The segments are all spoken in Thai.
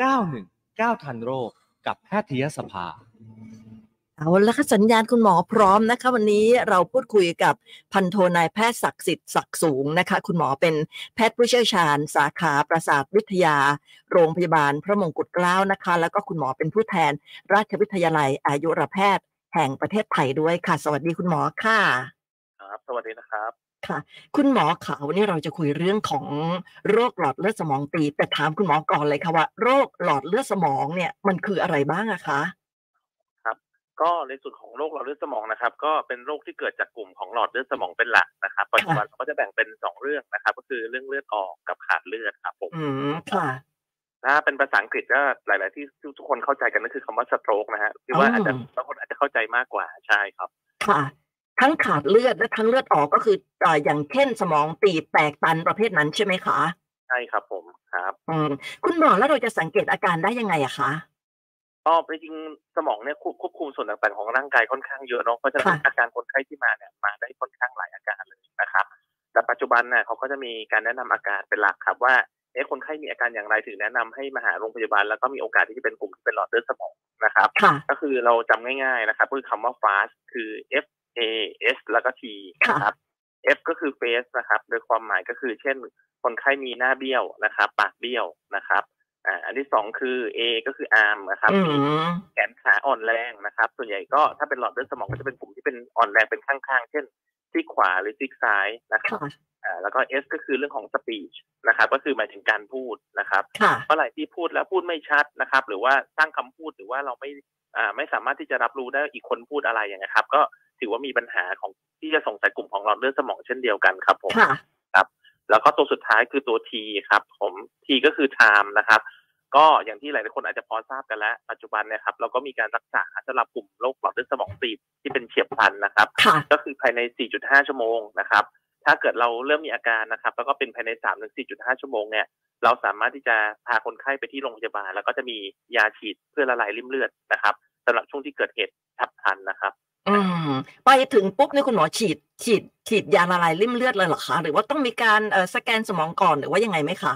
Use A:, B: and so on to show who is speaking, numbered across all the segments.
A: 919 ทันโรคกับแพทยสภา
B: เอาละค่ะสัญญาณคุณหมอพร้อมนะคะ วันนี้เราพูดคุยกับพันโทนายแพทย์ศักดิ์สิทธิ์ศักดิ์สูงนะคะ คุณหมอเป็นแพทย์ผู้เชี่ยวชาญ สาขาประสาทวิทยา โรงพยาบาลพระมงกุฎเกล้านะคะ แล้วก็คุณหมอเป็นผู้แทน ราชวิทยาลัย อายุรแพทย์ แห่งประเทศไทยด้วยค่ะ สวัสดีคุณหมอค่ะ
C: ครับสวัสดีนะครับ
B: คุณหมอขาวันนี้เราจะคุยเรื่องของโรคหลอดเลือดสมองตีบแต่ถามคุณหมอก่อนเลยค่ะว่าโรคหลอดเลือดสมองเนี่ยมันคืออะไรบ้างอะคะ
C: ก็ในส่วนของโรคหลอดเลือดสมองนะครับ ก็เป็นโรคที่เกิดจากกลุ่มของหลอดเลือดสมองเป็นหลักนะครับปัจจุบันเราก็จะแบ่งเป็นสองเรื่องนะครับ ก็คือเรื่องเลือดออกกับขาดเลือดครับผม
B: อืมค่ะ
C: ถ้าเป็นภาษาอังกฤษก็หลาย ๆ ที่ทุกคนเข้าใจกันก็คือคำว่าสโตรกนะฮะคือว่า
B: อ๋ออ
C: อาจจะบางคนอาจจะเข้าใจมากกว่าใช่ครับ
B: ค่ะ ทั้งขาดเลือดและทั้งเลือดออกก็คือเอ่ออย่างเช่นสมองตีบแตกตันประเภทนั้นใช่ไหมคะ
C: ใช่ครับผมครับ
B: อืมคุณหมอแล้วเราจะสังเกตอาการได้ยังไงอะคะ
C: ก็จริงๆสมองเนี่ยควบควบคุมส่วนต่างๆของร่างกายค่อนข้างเยอะเนาะเพราะฉะนั้น
B: ค่ะ
C: อาการคนไข้ที่มาเนี่ยมาได้ค่อนข้างหลายอาการเลยนะครับ แต่ปัจจุบันน่ะเขาก็จะมีการแนะนำอาการเป็นหลักครับว่าเอ๊ะคนไข้มีอาการอย่างไรถึงแนะนำให้มาหาโรงพยาบาล แล้วก็มีโอกาสที่จะเป็นกลุ่มที่เป็นหลอดเลือดสมองนะครับ
B: ค่ะ
C: ก็คือเราจำง่ายๆนะครับคือคำว่า fast คือ F A S แล้วก็ T นะครับ F ก็คือ face นะครับ โดยความหมายก็คือ เช่น คนไข้มีหน้าเบี้ยวนะครับ ปากเบี้ยวนะครับอ่าอันที่สองคือ A ก็คือ arm นะครับ
B: อืม
C: แขนขาอ่อนแรงนะครับ ส่วนใหญ่ก็ถ้าเป็นหลอดเลือดสมองก็จะเป็นกลุ่มที่เป็นอ่อนแรงเป็นข้างๆ เช่นซีกขวาหรือซีกซ้ายนะครับ
B: ค่ะ
C: อ่าแล้วก็ S ก็คือเรื่องของ speech นะครับ ก็คือหมายถึงการพูดนะครับ
B: ค่ะ
C: เมื่อไหร่ที่พูดแล้วพูดไม่ชัดนะครับ หรือว่าสร้างคำพูดหรือว่าเราไม่อ่าไม่สามารถที่จะรับรู้ได้ว่าอีกคนพูดอะไรอย่างนี้ยครับ ก็ถือว่ามีปัญหาของที่จะส่งสายกลุ่มของหลอดเลือดสมองเช่นเดียวกันครับผม
B: ค่ะ
C: แล้วก็ตัวสุดท้ายคือตัว T ครับ ผม T ก็คือ time นะครับ ก็อย่างที่หลายๆคนอาจจะพอทราบกันแล้ว ปัจจุบันเนะครับ เราก็มีการรักษาสำหรับกลุ่มโรคหลอดเลือดสมองตีบที่เป็นเฉียบพลันนะครับ
B: ค่ะ
C: ก็คือภายใน 4.5 ชั่วโมงนะครับ ถ้าเกิดเราเริ่มมีอาการนะครับ แล้วก็เป็นภายใน 3-4.5 ชั่วโมงเนี่ย เราสามารถที่จะพาคนไข้ไปที่โรงพยาบาล แล้วก็จะมียาฉีดเพื่อละลายริ่มเลือดนะครับสำหรับช่วงที่เกิดเหตุฉับพลันนะครับ
B: อืมไปถึงปุ๊บเนี่ยคุณหมอฉีด ฉีด ฉีดยาละลายริ่มเลือดเลยเหรอคะ หรือว่าต้องมีการเอ่อสแกนสมองก่อนหรือว่ายังไงไหมคะ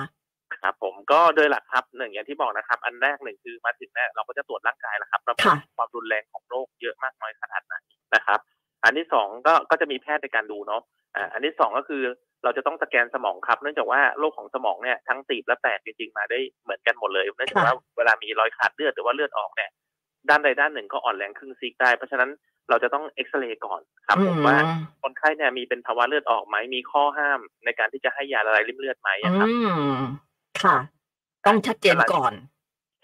C: ครับผมก็โดยหลักครับหนึ่งอย่างที่บอกนะครับ อันแรกหนึ่งคือมาถึงเนี่ยเราก็จะตรวจร่างกายแล้วครับเรา
B: ค่ะ
C: ความรุนแรงของโรคเยอะมากน้อยขนาดไหนนะครับ อันที่สองก็ก็จะมีแพทย์ในการดูเนาะอ่าอันที่สองก็คือเราจะต้องสแกนสมองครับ เนื่องจากว่าโรคของสมองเนี่ยทั้งตีบและแตกจริงๆมาได้เหมือนกันหมดเลยเนื่องจากว่าเวลามีรอยขาดเลือดหรือว่าเลือดออกเนี่ยด้านใดด้านหนึ่งก็อ่อนแรงครึ่งซีกได้เพราะฉะนั้นเราจะต้องเอ็กซเรย์ก่อนครับผมว่า
B: อืม
C: คนไข้เนี่ยมีเป็นภาวะเลือดออกไหมมีข้อห้ามในการที่จะให้ยาละลายริ่มเลือดไหมอะครับ
B: อืมค่ะ ต้องชัดเจนก่อน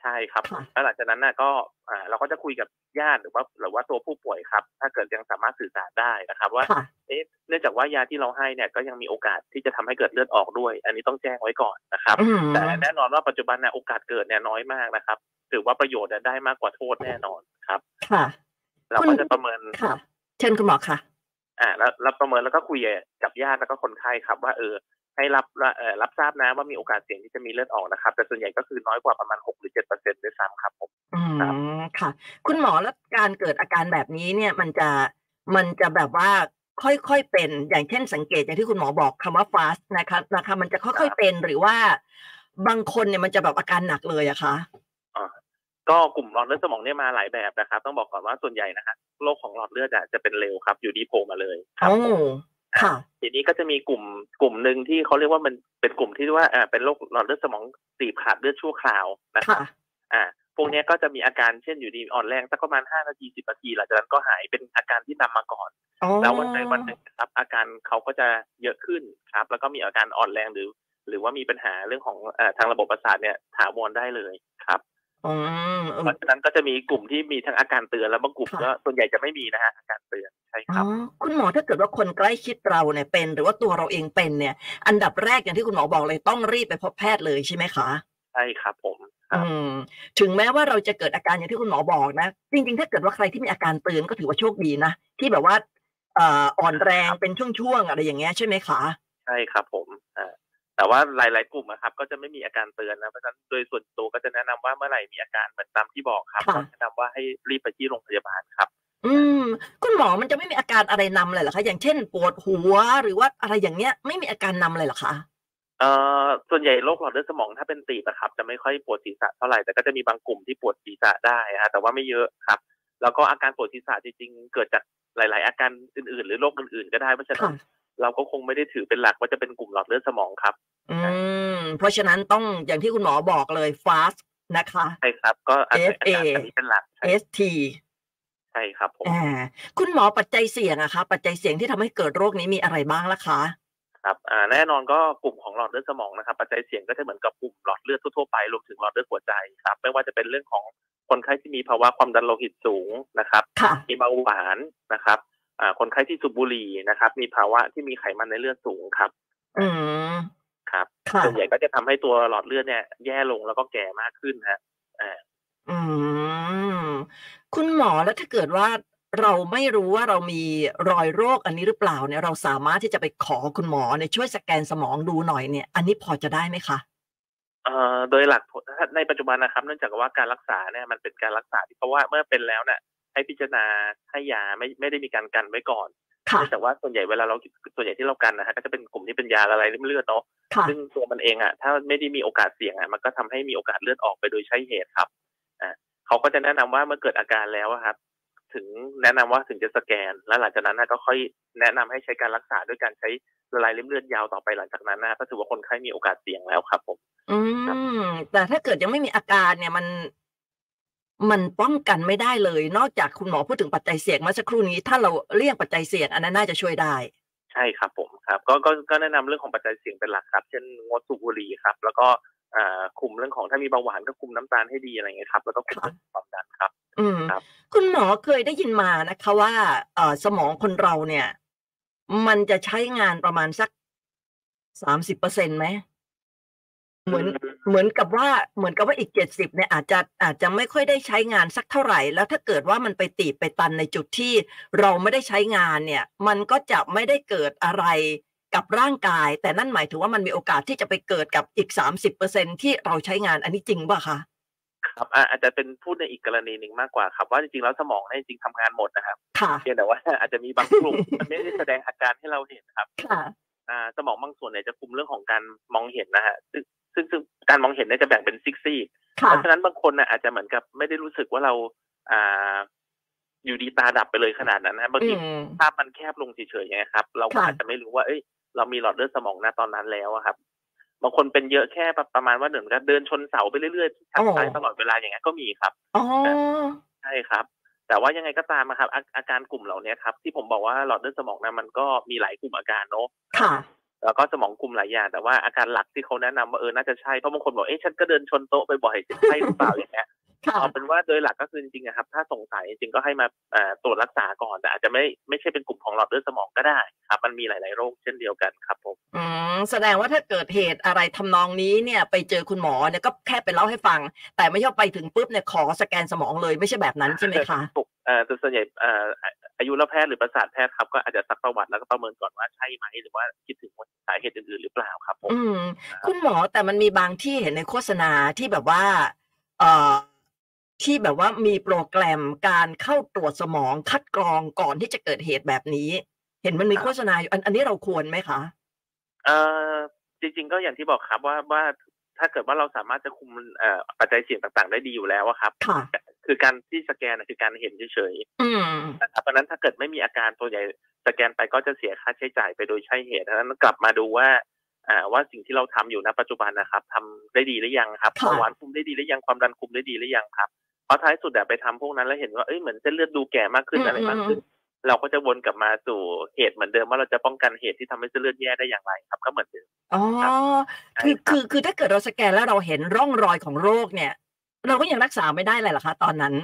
C: ใช่ครับ
B: ค่ะ
C: แล้วหลังจากนั้นน่ะก็อ่าเราก็จะคุยกับญาติหรือว่าหรือว่าตัวผู้ป่วยครับ ถ้าเกิดยังสามารถสื่อสารได้นะครับ ว่า
B: ค่ะ
C: เอ๊ะเนื่องจากว่ายาที่เราให้เนี่ยก็ยังมีโอกาสที่จะทำให้เกิดเลือดออกด้วย อันนี้ต้องแจ้งไว้ก่อนนะครับ
B: อืม
C: แต่แน่นอนว่าปัจจุบันเนี่ยโอกาสเกิดเนี่ยน้อยมากนะครับถือว่าประโยชน์เนี่ยได้มากกว่าโทษแน่นอนครับ
B: ค่ะ
C: เรา
B: คุ
C: ก็
B: ณ
C: จะประเมิน
B: ค่ะ เชิญคุณหมอค่ะ
C: อ่าแล้วแล้วประเมินแล้วก็คุยกับญาติแล้วก็คนไข้ครับว่าเออให้รับเอ่อรับทราบนะว่ามีโอกาสเสี่ยงที่จะมีเลือดออกนะครับ แต่ส่วนใหญ่ก็คือน้อยกว่าประมาณ6หรือ7เปอร์เซ็นต์ด้วยซ้ำครับผม
B: อื
C: ครับ
B: มค่ะ คุณหมอแล้วการเกิดอาการแบบนี้เนี่ย มันจะมันจะแบบว่าค่อยๆเป็นอย่างเช่นสังเกตอย่างที่คุณหมอบอกคำว่า fast นะคะนะคะ มันจะค่อยๆเป็นหรือว่าบางคนเนี่ยมันจะแบบอาการหนักเลยอะคะ
C: ก็กลุ่มหลอดเลือดสมองเนี่ยมาหลายแบบนะครับ ต้องบอกก่อนว่าส่วนใหญ่นะฮะโรคของหลอดเลือดอะจะเป็นเร็วครับ อยู่ดีโผล่มาเลยครับ
B: โอ้ ค่ะ
C: ทีนี้ก็จะมีกลุ่มกลุ่มหนึ่งที่เขาเรียกว่ามันเป็นกลุ่มที่เรียกว่าอ่าเป็นโรคหลอดเลือดสมองตีบขาดเลือดชั่วคราวนะครับ
B: ค่ะ
C: อ่าพวกเนี้ยก็จะมีอาการเช่นอยู่ดีอ่อนแรงสักประมาณ5นาที10นาทีหลังจากนั้นก็หายเป็นอาการที่นำมาก่อน
B: โอ้
C: แล้ววันใดวันหนึ่งครับ อาการเขาก็จะเยอะขึ้นครับ แล้วก็มีอาการอ่อนแรงหรือ หรือว่ามีปัญหาเรื่องของเอ่อทางระบบประสาทเนี่ยถาวรได้เลยครับ
B: อืมเอ
C: เพ
B: อ
C: ราะฉะนั้นก็จะมีกลุ่มที่มีทั้งอาการเตือนแล้วบางกลุ่ม
B: ค่ะ
C: ก็ส่วนใหญ่จะไม่มีนะฮะอาการเตือนใช่ค
B: อ๋
C: รั
B: อบ คุณหมอถ้าเกิดว่าคนใกล้ชิดเราเนี่ยเป็น หรือว่าตัวเราเองเป็นเนี่ย อันดับแรกอย่างที่คุณหมอบอกเลยต้องรีบไปพบแพทย์เลยใช่ไหมคะ
C: ใช่ครับผม ครั
B: อื
C: บ
B: มถึงแม้ว่าเราจะเกิดอาการอย่างที่คุณหมอบอกนะ จริงๆ ถ้าเกิดว่าใครที่มีอาการเตือนก็ถือว่าโชคดีนะ ที่แบบว่าเอ่ออ่อนแรงเป็นช่วงๆอะไรอย่างเงี้ยใช่ไหมคะ
C: ใช่ครับผมอ่าแต่ว่าหลาย ๆ กลุ่มนะครับ ก็จะไม่มีอาการเตือนนะเพราะฉะนั้นโดยส่วนตัวก็จะแนะนำว่าเมื่อไหร่มีอาการเหมือนตามที่บอกครับก็แนะนำว่าให้รีบไปที่โรงพยาบาลครับ
B: อืม คุณหมอมันจะไม่มีอาการอะไรนำเลยเหรอคะอย่างเช่น ปวดหัวหรือว่าอะไรอย่างเงี้ย ไม่มีอาการนำเลยเหรอคะ
C: เอ่อส่วนใหญ่โรคหลอดเลือดสมองถ้าเป็นตีบอะครับ จะไม่ค่อยปวดศีรษะเท่าไหร่แต่ก็จะมีบางกลุ่มที่ปวดศีรษะได้ฮะแต่ว่าไม่เยอะครับ แล้วก็อาการปวดศีรษะจริงๆ เกิดจากหลาย ๆ อาการอื่น ๆ หรือโรคอื่น ๆ ก็ได้เพราะฉะนั้
B: ค่ะ
C: นเราก็คงไม่ได้ถือเป็นหลักว่าจะเป็นกลุ่มหลอดเลือดสมองครับ
B: อืม เพราะฉะนั้นต้องอย่างที่คุณหมอบอกเลย fast นะคะ
C: ใช่ครับ ก็อาศัยอา
B: FA
C: การอันนี้เป็นหลักใช่
B: ST
C: ใช่ครับผม
B: อ่าคุณหมอปัจจัยเสี่ยงอะคะ ปัจจัยเสี่ยงที่ทำให้เกิดโรคนี้มีอะไรบ้างล่ะคะ
C: ครับอ่าแน่นอนก็กลุ่มของหลอดเลือดสมองนะครับปัจจัยเสี่ยงก็จะเหมือนกับกลุ่มหลอดเลือดทั่วๆไปรวมถึงหลอดเลือดหัวใจครับไม่ว่าจะเป็นเรื่องของคนไข้ที่มีภาวะความดันโลหิตสูงนะครับ
B: ค่ะ
C: มีเบาหวานนะครับอ่าคนไข้ที่สูบบุหรี่นะครับ มีภาวะที่มีไขมันในเลือดสูงครับ
B: อืม
C: ครับ
B: ค่ะ
C: ส่วนใหญ่ก็จะทำให้ตัวหลอดเลือดเนี่ยแย่ลงแล้วก็แก่มากขึ้นฮะ
B: อืม คุณหมอแล้วถ้าเกิดว่าเราไม่รู้ว่าเรามีรอยโรคอันนี้หรือเปล่าเนี่ยเราสามารถที่จะไปขอคุณหมอเนี่ยช่วยสแกนสมองดูหน่อยเนี่ย อันนี้พอจะได้ไหมคะ
C: เอ่อโดยหลักถ้าในปัจจุบันนะครับ เนื่องจากว่าการรักษาเนี่ยมันเป็นการรักษาที่เพราะว่าเมื่อเป็นแล้วเนี่ยให้พิจารณาให้ยาไม่ไม่ได้มีการกันไว้ก่อน
B: ค่ะ
C: เนื่องจากว่าส่วนใหญ่เวลาเราส่วนใหญ่ที่เรากันนะฮะก็จะเป็นกลุ่มที่เป็นยาละลายริ่มเลือดเนาะ
B: ค่ะ
C: ซึ่งตัวมันเองอ่ะถ้าไม่ได้มีโอกาสเสี่ยงอ่ะมันก็ทำให้มีโอกาสเลือดออกไปโดยใช่เหตุครับอ่าเขาก็จะแนะนำว่าเมื่อเกิดอาการแล้วอะครับ ถึงแนะนำว่าถึงจะสแกน แล้วหลังจากนั้นนะก็ค่อยแนะนำให้ใช้การรักษาด้วยการใช้ละลายริ่มเลือดยาวต่อไปหลังจากนั้นนะก็ถือว่าคนไข้มีโอกาสเสี่ยงแล้วครับผม
B: อืม แต่ถ้าเกิดยังไม่มีอาการเนี่ยมัน มันป้องกันไม่ได้เลย นอกจากคุณหมอพูดถึงปัจจัยเสี่ยงเมื่อสักครู่นี้ ถ้าเราเลี่ยงปัจจัยเสี่ยงอันนั้นน่าจะช่วยได้
C: ใช่ครับผมครับก็ก็ก็แนะนำเรื่องของปัจจัยเสี่ยงเป็นหลักครับ เช่นงดสูบบุหรี่ครับ แล้วก็อ่าคุมเรื่องของถ้ามีเบาหวานก็คุมน้ำตาลให้ดีอะไรอย่างเงี้ยครับแล้วก็คุมเรื่องของความดันครับ
B: อืม
C: ครับ
B: คุณหมอเคยได้ยินมานะคะว่าเอ่อสมองคนเราเนี่ย มันจะใช้งานประมาณสักสามสิบเปอร์เซ็นต์ไหมเหมือน เหมือนกับว่าเหมือนกับว่าอีกเจ็ดสิบเนี่ยอาจจะอาจจะไม่ค่อยได้ใช้งานสักเท่าไหร่ แล้วถ้าเกิดว่ามันไปตีบไปตันในจุดที่เราไม่ได้ใช้งานเนี่ย มันก็จะไม่ได้เกิดอะไรกับร่างกาย แต่นั่นหมายถึงว่ามันมีโอกาสที่จะไปเกิดกับอีกสามสิบเปอร์เซ็นที่เราใช้งานอันนี้จริงป่ะคะ
C: ครับอ่ะอาจจะเป็นพูดในอีกกรณีหนึ่งมากกว่าครับ ว่าจริงๆแล้วสมองเนี่ยจริงๆทำงานหมดนะครับ
B: ค่ะ
C: เพียงแต่ว่า อาจจะมีบางกลุ่ม มันไม่ได้แสดงอาการให้เราเห็นครับ
B: ค่ะ
C: อ่าสมองบางส่วนเนี่ยจะคุมเรื่องของการมองเห็นนะฮะซึ่งซึ่งซึ่งการมองเห็นเนี่ยจะแบ่งเป็นซิกซี่
B: ค่ะ
C: เพราะฉะนั้นบางคนน่ะอาจจะเหมือนกับไม่ได้รู้สึกว่าเราอ่าอยู่ดีตาดับไปเลยขนาดนั้นนะบาง
B: อื
C: ที
B: ม
C: ภาพมันแคบลงเฉยๆอย่างเงี้ยครับ เราก็
B: ค่ะ
C: อาจจะไม่รู้ว่าเอ้ย เรามีหลอดเลือดสมองนะตอนนั้นแล้วอะครับบางคนเป็นเยอะแค่ประประมาณว่าเหมือนกับเดินชนเสาไปเรื่อยๆทักทายตลอดเวลาอย่างเงี้ยก็มีครับ
B: อ๋อ
C: ใช่ครับ แต่ว่ายังไงก็ตามนะครับอาอาการกลุ่มเหล่านี้ครับ ที่ผมบอกว่าหลอดเลือดสมองนะมันก็มีหลายกลุ่มอาการเนอะ
B: ค่ะ
C: แล้วก็สมองกลุ่มหลายอย่างแต่ว่าอาการหลักที่เขาแนะนำว่าเออน่าจะใช่เพราะบางคนบอกเอ๊ะฉันก็เดินชนโต๊ะบ่อยๆจะใช่หรือเปล่าอย่างเงี้ย
B: ค่ะ
C: เอาเป็นว่าโดยหลักก็คือจริงๆนะครับ ถ้าสงสัยจริงๆก็ให้มาเอ่อตรวจรักษาก่อนแต่อาจจะไม่ไม่ใช่เป็นกลุ่มของหลอดเลือดสมองก็ได้ครับ มันมีหลาย ๆ โรคเช่นเดียวกันครับผม
B: อืมแสดงว่าถ้าเกิดเหตุอะไรทำนองนี้เนี่ย ไปเจอคุณหมอเนี่ยก็แค่ไปเล่าให้ฟัง แต่ไม่ใช่ว่าไปถึงปุ๊บเนี่ยขอสแกนสมองเลยไม่ใช่แบบนั้นใช่ไหมคะ
C: ถูกเอ่อแต่ส่วนใหญ่เอ่ออาอายุรแพทย์หรือประสาทแพทย์ครับก็อาจจะซักประวัติแล้วก็ประเมินก่อนว่าใช่ไหมหรือว่าคิดถึงว่าสาเหตุอื่นๆหรือเปล่าครับผม
B: อืม คุณหมอแต่มันมีบางที่เห็นในโฆษณาที่แบบว่า เอ่อที่แบบว่ามีโปรแกรมการเข้าตรวจสมองคัดกรองก่อนที่จะเกิดเหตุแบบนี้ เห็นมันมีโฆษณาอยู่อันอันนี้เราควรไหมคะ
C: เอ่อจริงๆก็อย่างที่บอกครับว่าว่าถ้าเกิดว่าเราสามารถจะคุมเอ่อปัจจัยเสี่ยงต่างๆ ได้ดีอยู่แล้วอะครับ
B: ค่ะ
C: คือการที่สแกนนะคือการเห็นเฉย
B: อืม
C: ๆนะครับเพราะฉะนั้นถ้าเกิดไม่มีอาการตัวใหญ่สแกนไปก็จะเสียค่าใช้จ่ายไปโดยใช่เหตุดังนั้นกลับมาดูว่าอ่าว่าสิ่งที่เราทำอยู่ณปัจจุบันนะครับทำได้ดีหรือยังครับ
B: ค่ะ
C: เบาหวานคุมได้ดีหรือยังความดันคุมได้ดีหรือยังครับเพราะท้ายสุดอะไปทำพวกนั้นแล้วเห็นว่าเอ้ยเหมือนเส้นเลือดดูแก่มากขึ้นอะไรมากขึ้น เราก็จะวนกลับมาสู่เหตุเหมือนเดิมว่าเราจะป้องกันเหตุที่ทำให้เส้นเลือดแย่ได้อย่างไรครับ ก็เหมือนเดิม
B: อ๋อ
C: ใช่
B: คือ
C: รับ
B: คือคือถ้าเกิดเราสแกนแล้วเราเห็นร่องรอยของโรคเนี่ย เราก็ยังรักษาไม่ได้เลยเหรอคะตอนนั้น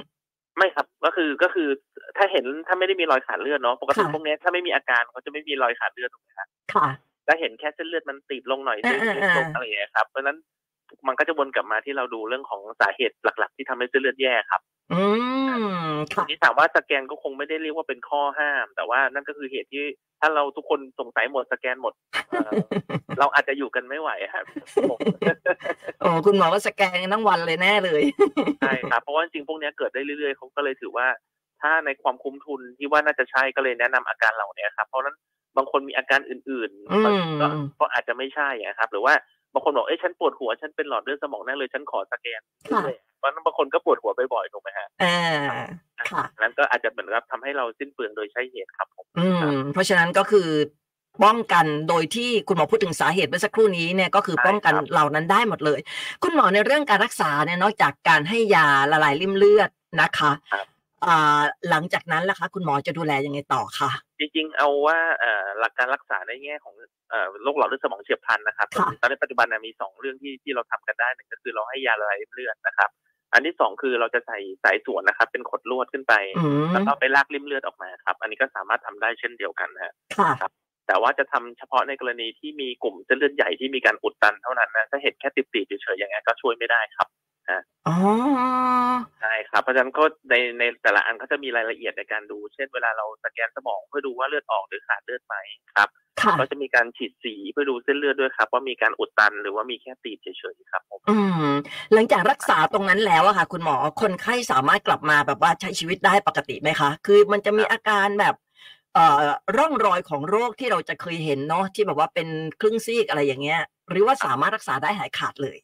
C: ไม่ครับก็คือก็คือถ้าเห็นถ้าไม่ได้มีรอยขาดเลือดเนาะปกติ
B: ค่ะ
C: พวกเนี้ยถ้าไม่มีอาการเขาจะไม่มีรอยขาดเลือดถูกไหมครับ
B: ค่ะ
C: ถ้าเห็นแค่เส้นเลือดมันตีบลงหน่อย
B: เออเออ
C: ตีบลง
B: เอออ
C: อะไรอย่างเงี้ยครับเพราะฉะนั้นมันก็จะวนกลับมาที่เราดูเรื่องของสาเหตุหลัก ๆ ที่ทำให้เส้นเลือดแย่ครับ
B: อืมค่ะ
C: นี่ถามว่าสแกนก็คงไม่ได้เรียกว่าเป็นข้อห้าม แต่ว่านั่นก็คือเหตุที่ถ้าเราทุกคนสงสัยหมดสแกนหมดเอ่อ เราอาจจะอยู่กันไม่ไหวครับ ผม
B: โอ้คุณหมอก็สแกนกันทั้งวันเลยแน่เลย
C: ใช่ครับเพราะว่าจริงๆพวกเนี้ยเกิดได้เรื่อยๆเขาก็เลยถือว่า ถ้าในความคุ้มทุนที่ว่าน่าจะใช่ก็เลยแนะนำอาการเหล่าเนี้ยครับ เพราะฉะนั้นบางคนมีอาการอื่น
B: อื
C: ๆ
B: ม
C: บางก็ก็อาจจะไม่ใช่อะครับ หรือว่า บางคนบอกเอ้ยฉันปวดหัวฉันเป็นหลอดเลือดสมองแน่เลยฉันขอสแกน
B: ค่ะ
C: เพราะฉะนั้นบางคนก็ปวดหัวบ่อยๆถูกไหมฮะ
B: อ่าค่ะ
C: นั้นก็อาจจะเหมือนกับทำให้เราสิ้นเปลืองโดยใช้เหตุครับผม
B: อื
C: ครั
B: ม
C: บ
B: เพราะฉะนั้นก็คือป้องกันโดยที่คุณหมอพูดถึงสาเหตุเมื่อสักครู่นี้เนี่ยก็คือ
C: ใช่
B: ป้องกัน
C: ครับ
B: เหล่านั้นได้หมดเลย คุณหมอในเรื่องการรักษาเนี่ยนอกจากการให้ยาละลายริ่มเลือดนะคะอ่าหลังจากนั้นล่ะคะคุณหมอจะดูแลยังไงต่อคะ
C: จริงๆ เอาว่าเอ่อหลักการรักษาในแง่ของเอ่อโรคหลอดเลือดสมองเฉียบพลันนะครับ
B: ค่ะ
C: ตอนนี้ปัจจุบันน่ะมีสองเรื่องที่ที่เราทำกันได้หนึ่งก็คือเราให้ยาละลายริ่มเลือดนะครับ อันที่สองคือเราจะใส่สายสวนนะครับ เป็นขดลวดขึ้นไป
B: อืม
C: แล้วก็ไปลากริ่มเลือดออกมาครับ อันนี้ก็สามารถทำได้เช่นเดียวกันนะฮะ
B: ค่ะ
C: แต่ว่าจะทำเฉพาะในกรณีที่มีกลุ่มเส้นเลือดใหญ่ที่มีการอุดตันเท่านั้นนะถ้าเห็นแค่ติดๆเฉยๆอย่างนี้นก็ช่วยไม่ได้ครับ
B: อ๋อ
C: ใช่ครับเพราะฉะนั้นก็ในในแต่ละอันก็จะมีรายละเอียดในการดู เช่นเวลาเราสแกนสมองเพื่อดูว่าเลือดออกหรือขาดเลือดไหมครับ
B: ค่ะ
C: ก็จะมีการฉีดสีเพื่อดูเส้นเลือดด้วยครับ ว่ามีการอุดตันหรือว่ามีแค่ตีบเฉยๆครับผม
B: อืม หลังจากรักษาตรงนั้นแล้วอะค่ะ คุณหมอคนไข้สามารถกลับมาแบบว่าใช้ชีวิตได้ปกติไหมคะ คือมันจะมีอาการแบบเอ่อร่องรอยของโรคที่เราจะเคยเห็นเนาะที่แบบว่าเป็นครึ่งซีกอะไรอย่างเงี้ย หรือว่าสามารถรักษาได้หายขาดเลย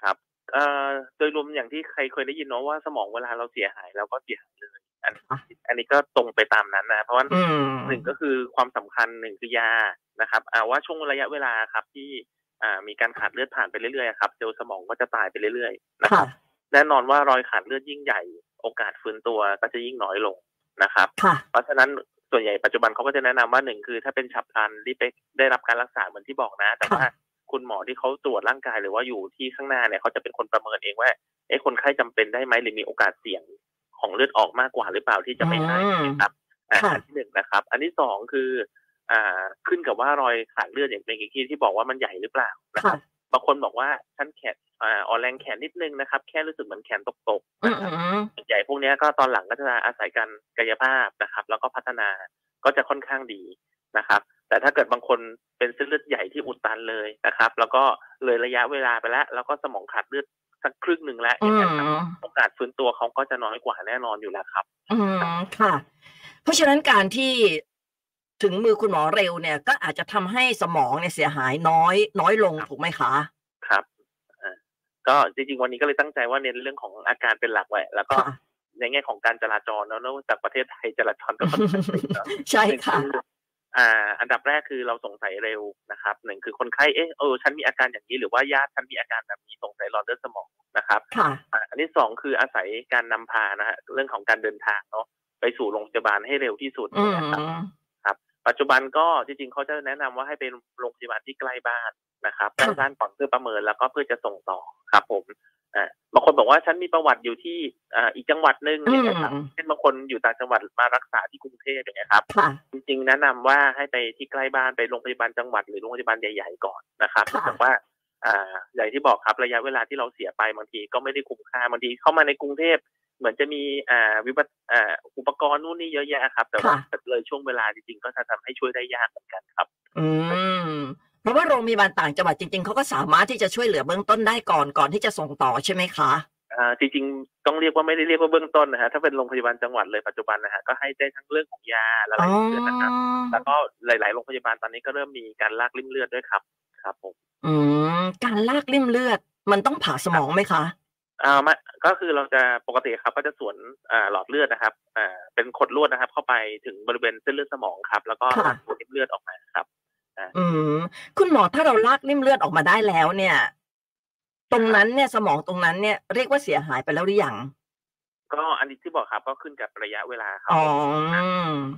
C: ครับเอ่อโดยรวมอย่างที่ใครเคยได้ยินเนาะว่าสมองเวลาเราเสียหายเราก็เสียหายเลยอัน
B: ค่ะ
C: อันนี้ก็ตรงไปตามนั้นนะเพราะว่า
B: อืม
C: หนึ่งก็คือความสำคัญหนึ่งคือยานะครับอ่าว่าช่วงระยะเวลาครับที่อ่ามีการขาดเลือดผ่านไปเรื่อยๆครับเซลล์สมองก็จะตายไปเรื่อยๆนะค
B: ค่ะ
C: รับแน่นอนว่ารอยขาดเลือดยิ่งใหญ่ โอกาสฟื้นตัวก็จะยิ่งน้อยลงนะครับ
B: ค่ะ
C: เพราะฉะนั้นส่วนใหญ่ปัจจุบันเขาก็จะแนะนำว่าหนึ่งคือ ถ้าเป็นฉับพลันรีบไปได้รับการรักษาเหมือนที่บอกนะ แต่ว่า
B: ค่ะ
C: คุณหมอที่เขาตรวจร่างกายหรือว่าอยู่ที่ข้างหน้าเนี่ยเขาจะเป็นคนประเมินเองว่าเอ๊ะคนไข้จำเป็นได้ไหมหรือมีโอกาสเสี่ยงของเลือดออกมากกว่าหรือเปล่าที่จะไม่ให้นะครับ อ่า
B: ค่ะ
C: อันที่หนึ่งนะครับ อันที่สองคืออ่าขึ้นกับว่ารอยขาดเลือดอย่างเป็นกี้ที่บอกว่ามันใหญ่หรือเปล่านะค
B: ค่ะ
C: รับบางคนบอกว่าฉันแขนอ่าอ่อนแรงแขนนิดนึงนะครับ แค่รู้สึกเหมือนแขนตกๆ
B: อื
C: นะ
B: ม
C: ครับ
B: อืม
C: ส่วนใหญ่พวกเนี้ยก็ตอนหลังก็จะอาศัยการกายภาพนะครับ แล้วก็พัฒนาก็จะค่อนข้างดีนะครับ แต่ถ้าเกิดบางคนเป็นเส้นเลือดใหญ่ที่อุดตันเลยนะครับ แล้วก็เลยระยะเวลาไปแล้ว แล้วก็สมองขาดเลือดสักครึ่งหนึ่งแล้วอ
B: อื
C: ย่าง
B: ม
C: เงี้ยครับโอกาสฟื้นตัวเขาก็จะน้อยกว่าแน่นอนอยู่แล้วครับ
B: อืมค่ะ เพราะฉะนั้นการที่ถึงมือคุณหมอเร็วเนี่ย ก็อาจจะทำให้สมองเนี่ยเสียหายน้อย น้อยลงถูกไหมคะ
C: ครับอ่าก็จริงๆ วันนี้ก็เลยตั้งใจว่าเน้นเรื่องของอาการเป็นหลักไว้แล้วก็
B: ค่ะ
C: ในแง่ของการจราจรเนอะเนื่องจากประเทศไทยจราจรก็ค่อนข้างติดเนอะ
B: ใช่
C: หนึ่ง
B: ค่ะ
C: ออ่า อันดับแรกคือเราสงสัยเร็วนะครับหนึ่งคือคนไข้เอ๊ะเออฉันมีอาการอย่างนี้หรือว่าญาติฉันมีอาการแบบนี้สงสัยหลอดเลือดสมองนะครับ
B: ค่ะ
C: อ่าอันที่สองคืออาศัยการนำพานะฮะเรื่องของการเดินทางเนาะไปสู่โรงพยาบาลให้เร็วที่สุด
B: อืม
C: นะครับ ปัจจุบันก็จริงๆเขาจะแนะนำว่าให้เป็นโรงพยาบาลที่ใกล้บ้านนะครับใกล้บ้านก่อนเพื่อประเมินแล้วก็เพื่อจะส่งต่อครับผมอ่าบางคนบอกว่าฉันมีประวัติอยู่ที่อ่าอีกจังหวัดหนึ่ง
B: อื
C: เนี่ย
B: ม
C: นะครับเช่นบางคนอยู่ต่างจังหวัดมารักษาที่กรุงเทพอย่างเงี้ยครับ
B: ค่ะ
C: จริงๆแนะนำว่าให้ไปที่ใกล้บ้านไปโรงพยาบาลจังหวัดหรือโรงพยาบาลใหญ่ๆก่อนนะครับ
B: ค่ะ
C: แต่ว่าอ่าอย่างที่บอกครับระยะเวลาที่เราเสียไปบางทีก็ไม่ได้คุ้มค่าบางทีเข้ามาในกรุงเทพเหมือนจะมีอ่าวิวัฒน์อ่าอุปกรณ์นู่นนี่เยอะแยะครับแต่ว่า
B: ค่ะ
C: เลยช่วงเวลาจริงๆ ก็จะทำให้ช่วยได้ยากเหมือนกันครับ
B: อืม เพราะว่าโรงพยาบาลต่างจังหวัดจริง ๆ เขาก็สามารถที่จะช่วยเหลือเบื้องต้นได้ก่อนก่อนที่จะส่งต่อใช่ไหมคะ
C: อ่าจริงๆ ต้องเรียกว่าไม่ได้เรียกว่าเบื้องต้นนะฮะ ถ้าเป็นโรงพยาบาลจังหวัดเลยปัจจุบันนะฮะ ก็ให้ได้ทั้งเรื่องของยาละลาย
B: อ๋อ
C: ริ่มเลือดนะครับ แล้วก็หลายๆ โรงพยาบาลตอนนี้ก็เริ่มมีการลากริ่มเลือดด้วยครับ ครับผม
B: อืม การลากริ่มเลือดมันต้องผ่าสมองไหมคะ
C: อ่ามาก็คือเราจะปกติครับก็จะสวนอ่าหลอดเลือดนะครับอ่าเป็นขดลวดนะครับ เข้าไปถึงบริเวณเส้นเลือดสมองครับ แล้วก็
B: ค่ะ
C: ลากริ่มเลือดออกมาครับ
B: อืม คุณหมอถ้าเราลากริ่มเลือดออกมาได้แล้วเนี่ย ตรงนั้นเนี่ยสมองตรงนั้นเนี่ยเรียกว่าเสียหายไปแล้วหรือยัง
C: ก็อันนี้ที่บอกครับก็ขึ้นกับระยะเวลาครับ
B: อ๋อ
C: อ่า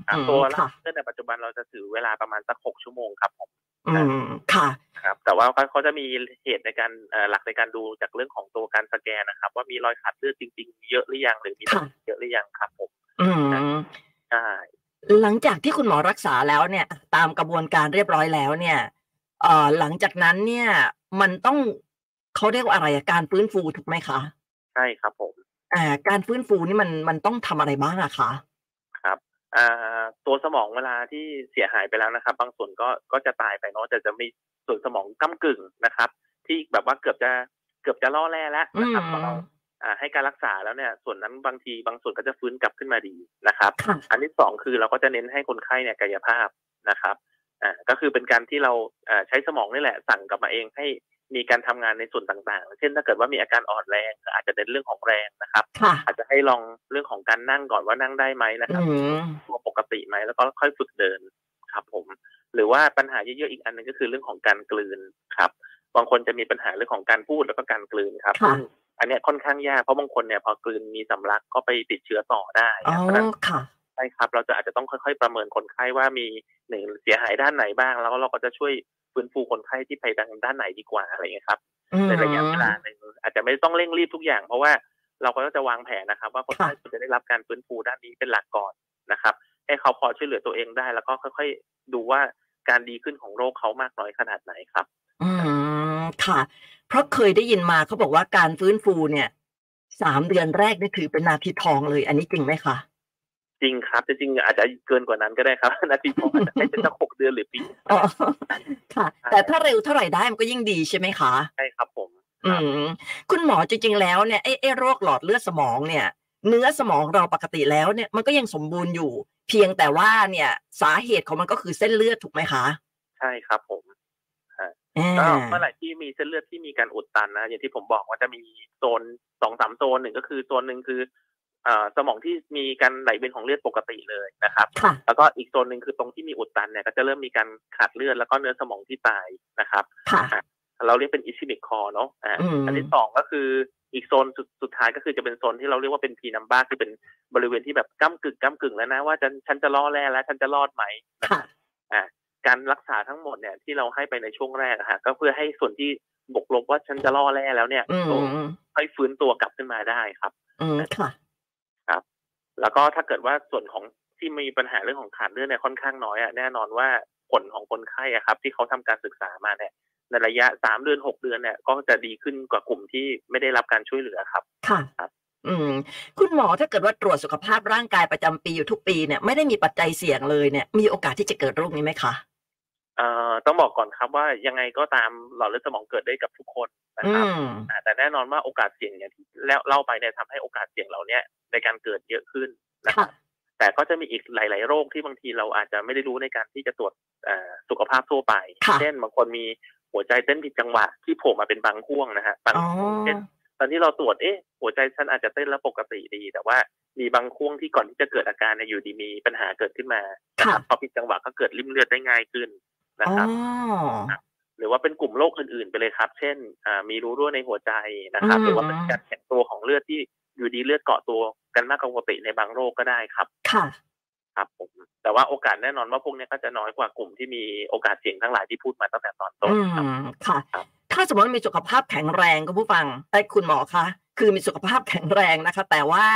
B: อืม
C: ตัวลา
B: ค่ะ
C: กเลือดในปัจจุบันเราจะถือเวลาประมาณสักหกชั่วโมงครับผม
B: อืม ค่ะ
C: ครับแต่ว่าเขาเขาจะมีเหตุในการเอ่อหลักในการดูจากเรื่องของตัวการสแกนนะครับ ว่ามีรอยขาดเลือดจริง ๆ เยอะหรือยังหรือมี
B: ค่ะ
C: เยอะหรือยังครับผม
B: อืม
C: ใช่
B: หลังจากที่คุณหมอรักษาแล้วเนี่ย ตามกระบวนการเรียบร้อยแล้วเนี่ยเอ่อหลังจากนั้นเนี่ย มันต้องเขาเรียกว่าอะไรอะการฟื้นฟูถูกไหมคะ
C: ใช่ครับผม
B: อ่าการฟื้นฟูนี่มันมันต้องทำอะไรบ้างอะคะ
C: ครับอ่าตัวสมองเวลาที่เสียหายไปแล้วนะครับ บางส่วนก็ก็จะตายไปเนาะแต่จะมีส่วนสมองก้ากึ่งนะครับ ที่แบบว่าเกือบจะเกือบจะล่อแร่แล้ว
B: อื
C: นะ
B: ม
C: ครับพอเราอ่าให้การรักษาแล้วเนี่ย ส่วนนั้นบางทีบางส่วนก็จะฟื้นกลับขึ้นมาดีนะครับ
B: ค่ะ
C: อันที่สองคือเราก็จะเน้นให้คนไข้เนี่ยกายภาพนะครับอ่าก็คือเป็นการที่เราเอ่อใช้สมองนี่แหละสั่งกลับมาเองให้ มีการทำงานในส่วนต่างๆ เช่นถ้าเกิดว่ามีอาการอ่อนแรงก็อาจจะเน้นเรื่องของแรงนะครับ
B: ค่ะ
C: อาจจะให้ลองเรื่องของการนั่งก่อนว่านั่งได้ไหมนะครับ
B: อืม
C: ตัวปกติไหมแล้วก็ค่อยฝึกเดินครับผม หรือว่าปัญหาเยอะๆอีกอันหนึงก็คือเรื่องของการกลืนครับ บางคนจะมีปัญหาเรื่องของการพูดแล้วก็การกลืนครับ
B: ค่ะ
C: ซึ่งอันเนี้ยค่อนข้างยากเพราะบางคนเนี่ยพอกลืนมีสำลักก็ไปติดเชื้อต่อได้
B: อ๋
C: นะเพราะฉะนั้
B: อน ค่ะ
C: ใช่ครับ เราจะอาจจะต้องค่อยๆประเมินคนไข้ว่ามีหนึ่งเสียหายด้านไหนบ้าง แล้วก็เราก็จะช่วยฟื้นฟูคนไข้ที่ไปทางด้านไหนดีกว่าอะไรเงี้ยครับ
B: อืม
C: ในระยะเวลาหนึ่งอาจจะไม่ต้องเร่งรีบทุกอย่าง เพราะว่าเราก็จะวางแผนนะครับ ว่าคนไข้
B: ค่ะ
C: ควรจะได้รับการฟื้นฟูด้านนี้เป็นหลักก่อนนะครับ ให้เขาพอช่วยเหลือตัวเองได้ แล้วก็ค่อยๆดูว่าการดีขึ้นของโรคเขามากน้อยขนาดไหนครับ
B: อืมค่ะ เพราะเคยได้ยินมาเขาบอกว่าการฟื้นฟูเนี่ยสามเดือนแรกนี่คือเป็นนาทีทองเลย อันนี้จริงไหมคะ
C: จริงครับจริงๆอาจจะเกินกว่านั้นก็ได้ครับ นาทีผมอาจจะให้เป็นสักหกเดือนหรือปี
B: อ๋อค่ะ แต่ถ้าเร็วเท่าไหร่ได้มันก็ยิ่งดีใช่ไหมคะ
C: ใช่ครับผม
B: อืมคุณหมอจริงๆแล้วเนี่ยไอ้ไอ้โรคหลอดเลือดสมองเนี่ย เนื้อสมองเราปกติแล้วเนี่ยมันก็ยังสมบูรณ์อยู่ เพียงแต่ว่าเนี่ย สาเหตุของมันก็คือเส้นเลือดถูกไหมคะ
C: ใช่ครับผม
B: อ่า
C: ก็เมื่อไหร่ที่มีเส้นเลือดที่มีการอุดตันนะ อย่างที่ผมบอกว่าจะมีโซนสองสามโซนหนึ่งก็คือโซนหนึ่งคือเอ่อสมองที่มีการไหลเวียนของเลือดปกติเลยนะครับ
B: ค่ะ
C: แล้วก็อีกโซนหนึ่งคือตรงที่มีอุดตันเนี่ยก็จะเริ่มมีการขาดเลือดแล้วก็เนื้อสมองที่ตายนะครับ
B: ค่ะ
C: เราเรียกเป็นอิชิมิกคอเนาะอ่า
B: อืม
C: อันที่สองก็คืออีกโซนสุดสุดท้ายก็คือจะเป็นโซนที่เราเรียกว่าเป็นพีนัมบ้าคือเป็นบริเวณที่แบบก้ำกึ่งก้ำกึ่งแล้วนะว่าฉันฉันจะรอดแล้วแล้วฉันจะรอดไหมนะ
B: ค่ะ
C: การรักษาทั้งหมดเนี่ยที่เราให้ไปในช่วงแรกอะฮะก็เพื่อให้ส่วนที่บกลบว่าฉันจะรอดแล้วแล้วเนี่ย
B: อืม
C: ค่อยฟื้นตัวกลับขึ้นมาได้ครับ
B: อืมค่ะ
C: แล้วก็ถ้าเกิดว่าส่วนของที่มีปัญหาเรื่องของขาดเลือดเนี่ยค่อนข้างน้อยอะแน่นอนว่าผลของคนไข้อะครับ ที่เขาทำการศึกษามาเนี่ยในระยะสามเดือนหกเดือนเนี่ยก็จะดีขึ้นกว่ากลุ่มที่ไม่ได้รับการช่วยเหลือครับ
B: ค่ะ
C: ครับ
B: อืม คุณหมอถ้าเกิดว่าตรวจสุขภาพร่างกายประจำปีอยู่ทุกปีเนี่ยไม่ได้มีปัจจัยเสี่ยงเลยเนี่ย มีโอกาสที่จะเกิดโรคนี้ไหมคะ
C: เอ่อต้องบอกก่อนครับว่ายังไงก็ตามหลอดเลือดสมองเกิดได้กับทุกคนนะ
B: อื
C: ครับ
B: ม
C: อ่าแต่แน่นอนว่าโอกาสเสี่ยงเนี่ยที่แล้วเล่าไปเนี่ยทำให้โอกาสเสี่ยงเหล่าเนี้ยในการเกิดเยอะขึ้นนะครั
B: ค่ะ
C: บ แต่ก็จะมีอีกหลาย ๆ โรคที่บางทีเราอาจจะไม่ได้รู้ในการที่จะตรวจเอ่อสุขภาพทั่วไป
B: ค่ะ
C: เช่นบางคนมีหัวใจเต้นผิดจังหวะที่โผล่มาเป็นบางห่วงนะฮะบาง
B: อ๋อ
C: เช่นตอนที่เราตรวจเอ๊ะหัวใจฉันอาจจะเต้นแล้วปกติดี แต่ว่ามีบางห่วงที่ก่อนที่จะเกิดอาการเนี่ยอยู่ดีมีปัญหาเกิดขึ้นมา
B: ค่ะ
C: พอผิดจังหวะก็เกิดริ่มเลือดได้ง่ายขึ้นนะ
B: อ๋อ
C: ครับ หรือว่าเป็นกลุ่มโรคอื่น ๆ ไปเลยครับ เช่นอ่ามีรูรั่วในหัวใจนะครับ
B: อืม
C: หรือว่าเป็นการแข็งตัวของเลือดที่อยู่ดีเลือดเกาะตัวกันมากกว่าปกติในบางโรคก็ได้ครับ
B: ค่ะ
C: ครับผมแต่ว่าโอกาสแน่นอนว่าพวกเนี้ยก็จะน้อยกว่ากลุ่มที่มีโอกาสเสี่ยงทั้งหลายที่พูดมาตั้งแต่ตอนต้น
B: อื
C: ครับ
B: ม ค่ะ
C: ครับ
B: ถ้าสมมติว่ามีสุขภาพแข็งแรงก็ผู้ฟังไอ้ยคุณหมอคะ คือมีสุขภาพแข็งแรงนะคะ แต่ว่า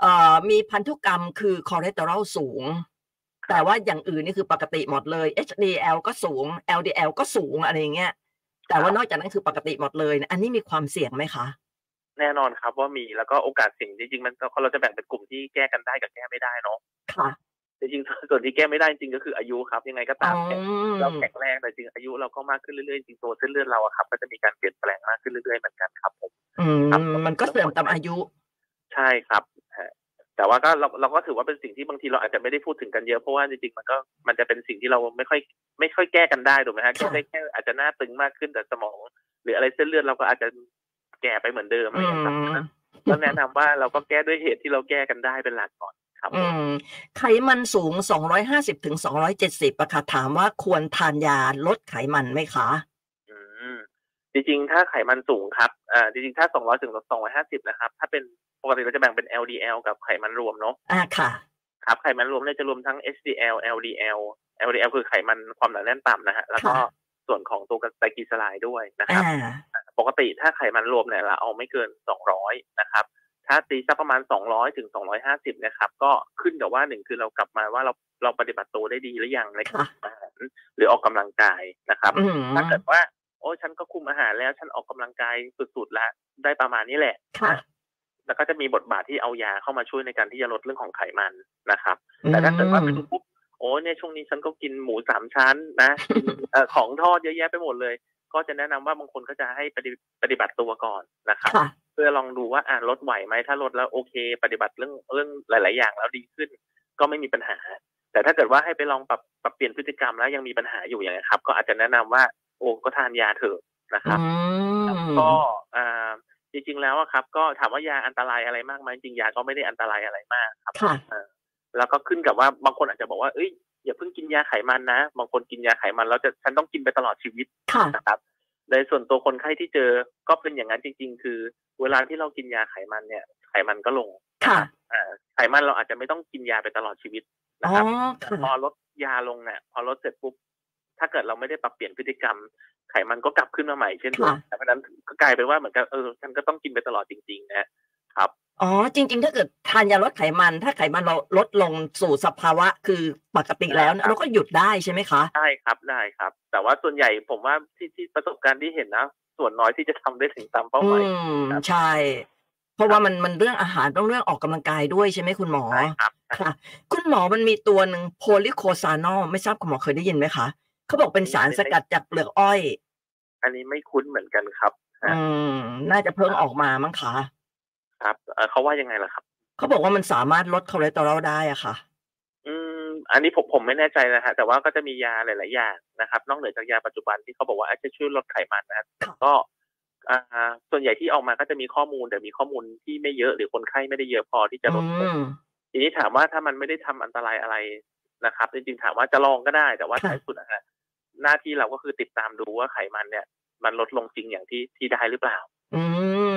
B: เอ่อ มีพันธุกรรมคือคอเลสเตอรอลสูง แต่ว่าอย่างอื่นนี่คือปกติหมดเลย HDL ก็สูง LDL ก็สูงอะไรอย่างเงี้ย แต่ว่านอกจากนั้นคือปกติหมดเลยนะอันนี้มีความเสี่ยงไหมคะ
C: แน่นอนครับว่ามีแล้วก็โอกาสเสี่ยงจริงๆมันก็เราจะแบ่งเป็นกลุ่มที่แก้กันได้กับแก้ไม่ได้เนาะ
B: ค่ะ
C: จริงๆส่วนที่แก้ไม่ได้จริงก็คืออายุครับ ยังไงก็
B: อ๋
C: ตา
B: อ
C: มแข็งเราแข็งแรงแต่จริงอายุเราก็มากขึ้นเรื่อยๆจริงๆตัวเส้นเลือดเราอะครับก็จะมีการเปลี่ยนแปลงมากขึ้นเรื่อยๆเหมือนกันครับผม
B: อืม
C: ครับ
B: มันก็เสื่อมตามอายุ
C: ใช่ครับฮะแต่ว่าก็เราเราก็ถือว่าเป็นสิ่งที่บางทีเราอาจจะไม่ได้พูดถึงกันเยอะเพราะว่าจริงๆมันก็มันจะเป็นสิ่งที่เราไม่ค่อยไม่ค่อยแก้กันได้ถูกไหมฮะ
B: ค่ะ
C: แก้ได้แค่อาจจะหน้าตึงมากขึ้นแต่สมอง หรืออะไรเส้นเลือดเราก็อาจจะแก่ไปเหมือนเดิมอะไรอย่างเงี้ยครับ
B: อืม
C: ก็แนะนำว่าเราก็แก้ด้วยเหตุที่เราแก้กันได้เป็นหลักก่อนครับ
B: อืม ไขมันสูง 250ถึง270อะค่ะ ถามว่าควรทานยาลดไขมันไหมคะ
C: อืมจริงๆ ถ้าไขมันสูงครับอ่าจริงๆถ้า 200ถึง250นะครับถ้าเป็นปกติเราจะแบ่งเป็น LDL กับไขมันรวมเนาะ
B: อ่าค่ะ
C: ครับไขมันรวมเนี่ยจะรวมทั้ง HDL LDL LDL คือไขมันความหนาแน่นต่ำนะฮะ แล้วก็
B: ค่ะ
C: ส่วนของตัวไตรกลีเซอไรด์ด้วยนะค
B: อ่า
C: รับ ปกติถ้าไขมันรวมเนี่ยเราเอาไม่เกิน 200 นะครับ ถ้าตีสักประมาณ 200 ถึง 250 นะครับ ก็ขึ้นกับว่าหนึ่งคือเรากลับมาว่าเราเราปฏิบัติตัวได้ดีหรือยังในการ
B: ค่ะ
C: อาหารหรือออกกำลังกายนะครับ
B: อืม
C: ถ้าเกิดว่า โอ้ยฉันก็คุมอาหารแล้วฉันออกกำลังกายสุดๆแล้วได้ประมาณนี้แหละ
B: ค่ะ
C: แล้วก็จะมีบทบาทที่เอายาเข้ามาช่วยในการที่จะลดเรื่องของไขมันนะครับ แต่ถ้าเกิดว่าไปดูปุ๊บโอ้เนี่ยช่วงนี้ฉันก็กินหมูสามชั้นนะกิน เอ่อของทอดเยอะแยะไปหมดเลย ก็จะแนะนำว่าบางคนก็จะให้ปฏิปฏิบัติตัวก่อนนะครับ
B: ค่ะ
C: เพื่อลองดูว่าอ่าลดไหวไหมถ้าลดแล้วโอเค ปฏิบัติเรื่องเรื่องหลาย ๆ อย่างแล้วดีขึ้น ก็ไม่มีปัญหา แต่ถ้าเกิดว่าให้ไปลองปรับปรับเปลี่ยนพฤติกรรมแล้วยังมีปัญหาอยู่อย่างนี้ยครับ ก็อาจจะแนะนำว่าโอ้ก็ทานยาเถอะ นะครับ
B: อืม
C: ก็อ่าจริงๆแล้วอะครับ ก็ถามว่ายาอันตรายอะไรมากไหมจริงๆยาก็ไม่ได้อันตรายอะไรมากครับ
B: ค่ะ
C: แล้วก็ขึ้นกับว่าบางคนอาจจะบอกว่าเอ้ยอย่าเพิ่งกินยาไขมันนะ บางคนกินยาไขมันแล้วจะฉันต้องกินไปตลอดชีวิต
B: ค่ะ
C: นะครับในส่วนตัวคนไข้ที่เจอก็เป็นอย่างนั้นจริง ๆ คือ เวลาที่เรากินยาไขมันเนี่ย ไขมันก็ลง
B: ค่ะ
C: อ่าไขมันเราอาจจะไม่ต้องกินยาไปตลอดชีวิตนะค
B: อ๋อ
C: รับ
B: ค่ะ
C: พอลดยาลงเนี่ยพอลดเสร็จปุ๊บถ้าเกิดเราไม่ได้ปรับเปลี่ยนพฤติกรรม ไขมันก็กลับขึ้นมาใหม่เช่นเดิม
B: ค่ะ
C: เพราะฉะนั้นก็กลายเป็นว่าเหมือนกับเออฉันก็ต้องกินไปตลอดจริงๆนะ
B: อ๋อ จริง ๆ ถ้าเกิดทานยาลดไขมัน ถ้าไขมันเราลดลงสู่สภาวะคือปกติแล้วเนี่ยเราก็หยุดได้ใช่ไหมคะ
C: ได้ครับได้ครับ แต่ว่าส่วนใหญ่ผมว่าที่ที่ประสบการณ์ที่เห็นนะ ส่วนน้อยที่จะทำได้ถึงตามเป้าห
B: อื
C: มาย
B: ม
C: ครับ
B: ใช่ เพราะว่ามันมันเรื่องอาหารต้องเรื่องออกกำลังกายด้วยใช่ไหมคุณหมอ
C: ใช่ครับ
B: ค่ะ คุณหมอมันมีตัวหนึ่งโพลิโคซานอลไม่ทราบคุณหมอเคยได้ยินไหมคะเขาบอกเป็นสารสกัดจากเปลือกอ้อย
C: อันนี้ไม่คุ้นเหมือนกันครับ ฮะ
B: อืม น่าจะเพิ่งออกมามั้งคะ
C: ครับเอ่อเขาว่ายังไงล่ะครับ
B: เขาบอกว่ามันสามารถลดคอเลสเตอรอลได้อะค่ะ
C: อืม อันนี้ผมผมไม่แน่ใจนะฮะแต่ว่าก็จะมียาหลาย ๆ อย่างนะครับ นอกเหนือจากยาปัจจุบันที่เขาบอกว่าอาจจะช่วยลดไขมันนะ
B: ค่ะ
C: ก็อ่าส่วนใหญ่ที่ออกมาก็จะมีข้อมูลแต่มีข้อมูลที่ไม่เยอะหรือคนไข้ไม่ได้เยอะพอที่จะล
B: อื
C: ด
B: ม
C: ทีนี้ถามว่าถ้ามันไม่ได้ทำอันตรายอะไรนะครับ จริงๆถามว่าจะลองก็ได้ แต่ว่า
B: ค่ะ
C: ท้ายสุดนะฮะหน้าที่เราก็คือติดตามดูว่าไขมันเนี่ย มันลดลงจริงอย่างที่ที่ได้หรือเปล่า
B: อื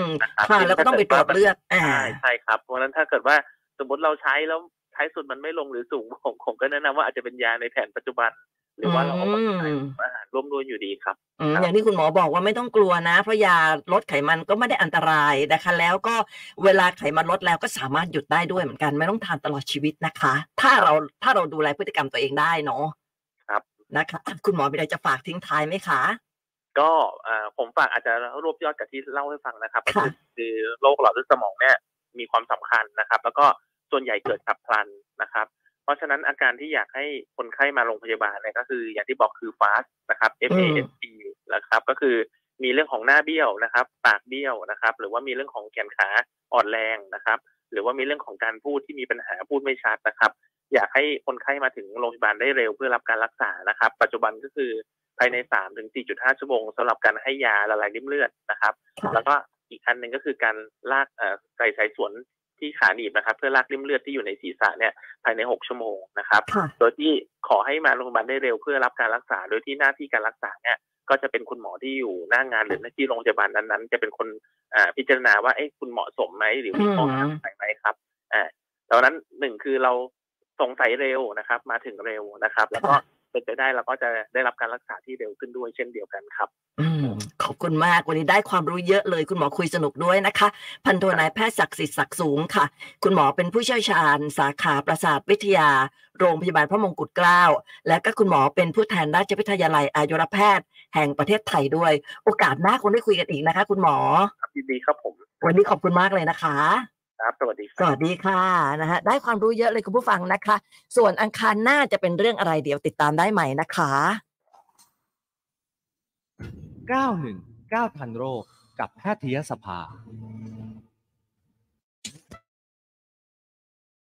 B: ม
C: นะครับ
B: ค่ะ แล้วก็ต้องไปตรวจเลือดอ่า
C: ใช่ใช่ครับเพราะฉะนั้นถ้าเกิดว่าสมมติเราใช้แล้วท้ายสุดมันไม่ลงหรือสูง ผมผมก็แนะนำว่าอาจจะเป็นยาในแผนปัจจุบัน หรือว่าเราเอามาใช้
B: อืม
C: อาหารร่วมด้วยอยู่ดีครับ
B: อืม
C: ครับ
B: อย่างที่คุณหมอบอกว่าไม่ต้องกลัวนะ เพราะยาลดไขมันก็ไม่ได้อันตรายนะคะแล้วก็เวลาไขมันลดแล้วก็สามารถหยุดได้ด้วยเหมือนกัน ไม่ต้องทานตลอดชีวิตนะคะ ถ้าเราถ้าเราดูแลพฤติกรรมตัวเองได้เนาะ
C: ครับ
B: นะคะอ่ะคุณหมอมีอะไรจะฝากทิ้งท้ายไหมคะ
C: ก็เอ่อผมฝากอาจจะรวบยอดกับที่เล่าให้ฟังนะครับก็
B: ค่ะ
C: คือคือโรคหลอดเลือดสมองเนี่ยมีความสำคัญนะครับ แล้วก็ส่วนใหญ่เกิดฉับพลันนะครับ เพราะฉะนั้นอาการที่อยากให้คนไข้มาโรงพยาบาลเนี่ยก็คืออย่างที่บอกคือ fast นะครับ F A S T นะครับ ก็คือมีเรื่องของหน้าเบี้ยวนะครับ ปากเบี้ยวนะครับ หรือว่ามีเรื่องของแขนขาอ่อนแรงนะครับ หรือว่ามีเรื่องของการพูดที่มีปัญหาพูดไม่ชัดนะครับ อยากให้คนไข้มาถึงโรงพยาบาลได้เร็วเพื่อรับการรักษานะครับ ปัจจุบันก็คือภายใน 3-4.5 ชั่วโมงสำหรับการให้ยาละลายริ่มเลือดนะครับ
B: ค่ะ
C: แล้วก็อีกอันหนึ่งก็คือการลากเอ่อใส่สายสวนที่ขาหนีบนะครับ เพื่อลากริ่มเลือดที่อยู่ในศีรษะเนี่ยภายใน 6 ชั่วโมงนะครับ
B: ค่ะ
C: โดยที่ขอให้มาโรงพยาบาลได้เร็วเพื่อรับการรักษา โดยที่หน้าที่การรักษาเนี่ยก็จะเป็นคุณหมอที่อยู่หน้างานหรือหน้าที่โรงพยาบาลนั้นๆ จะเป็นคนอ่าพิจารณาว่าเอ้คุณเหมาะสมไหมหรือมีข้อห้ามอะไรไหมครับอ่าดังนั้นหนึ่งคือเราสงสัยเร็วนะครับ มาถึงเร็วนะครับ แล้วก็
B: ค่ะ
C: เป็นไปได้เราก็จะได้รับการรักษาที่เร็วขึ้นด้วยเช่นเดียวกันครับ
B: อืมขอบคุณมากวันนี้ได้ความรู้เยอะเลย คุณหมอคุยสนุกด้วยนะคะ พันโทนายแพทย์ศักดิ์สิทธิ์ศักดิ์สูงค่ะ คุณหมอเป็นผู้เชี่ยวชาญ สาขาประสาทวิทยา โรงพยาบาลพระมงกุฎเกล้า และก็คุณหมอเป็นผู้แทนราชวิทยาลัยอายุรแพทย์ แห่งประเทศไทยด้วย โอกาสหน้าคงได้คุยกันอีกนะคะ คุณหมอ
C: ครับยินดีครับผม
B: วันนี้ขอบคุณมากเลยนะคะ
C: ครับสวัสดีครับ
B: สวัสดีค่ะนะฮะได้ความรู้เยอะเลยคุณผู้ฟังนะคะ ส่วนอังคารหน้าจะเป็นเรื่องอะไรเดี๋ยวติดตามได้ใหม่นะคะ
A: 919ทันโรคกับแพทยสภา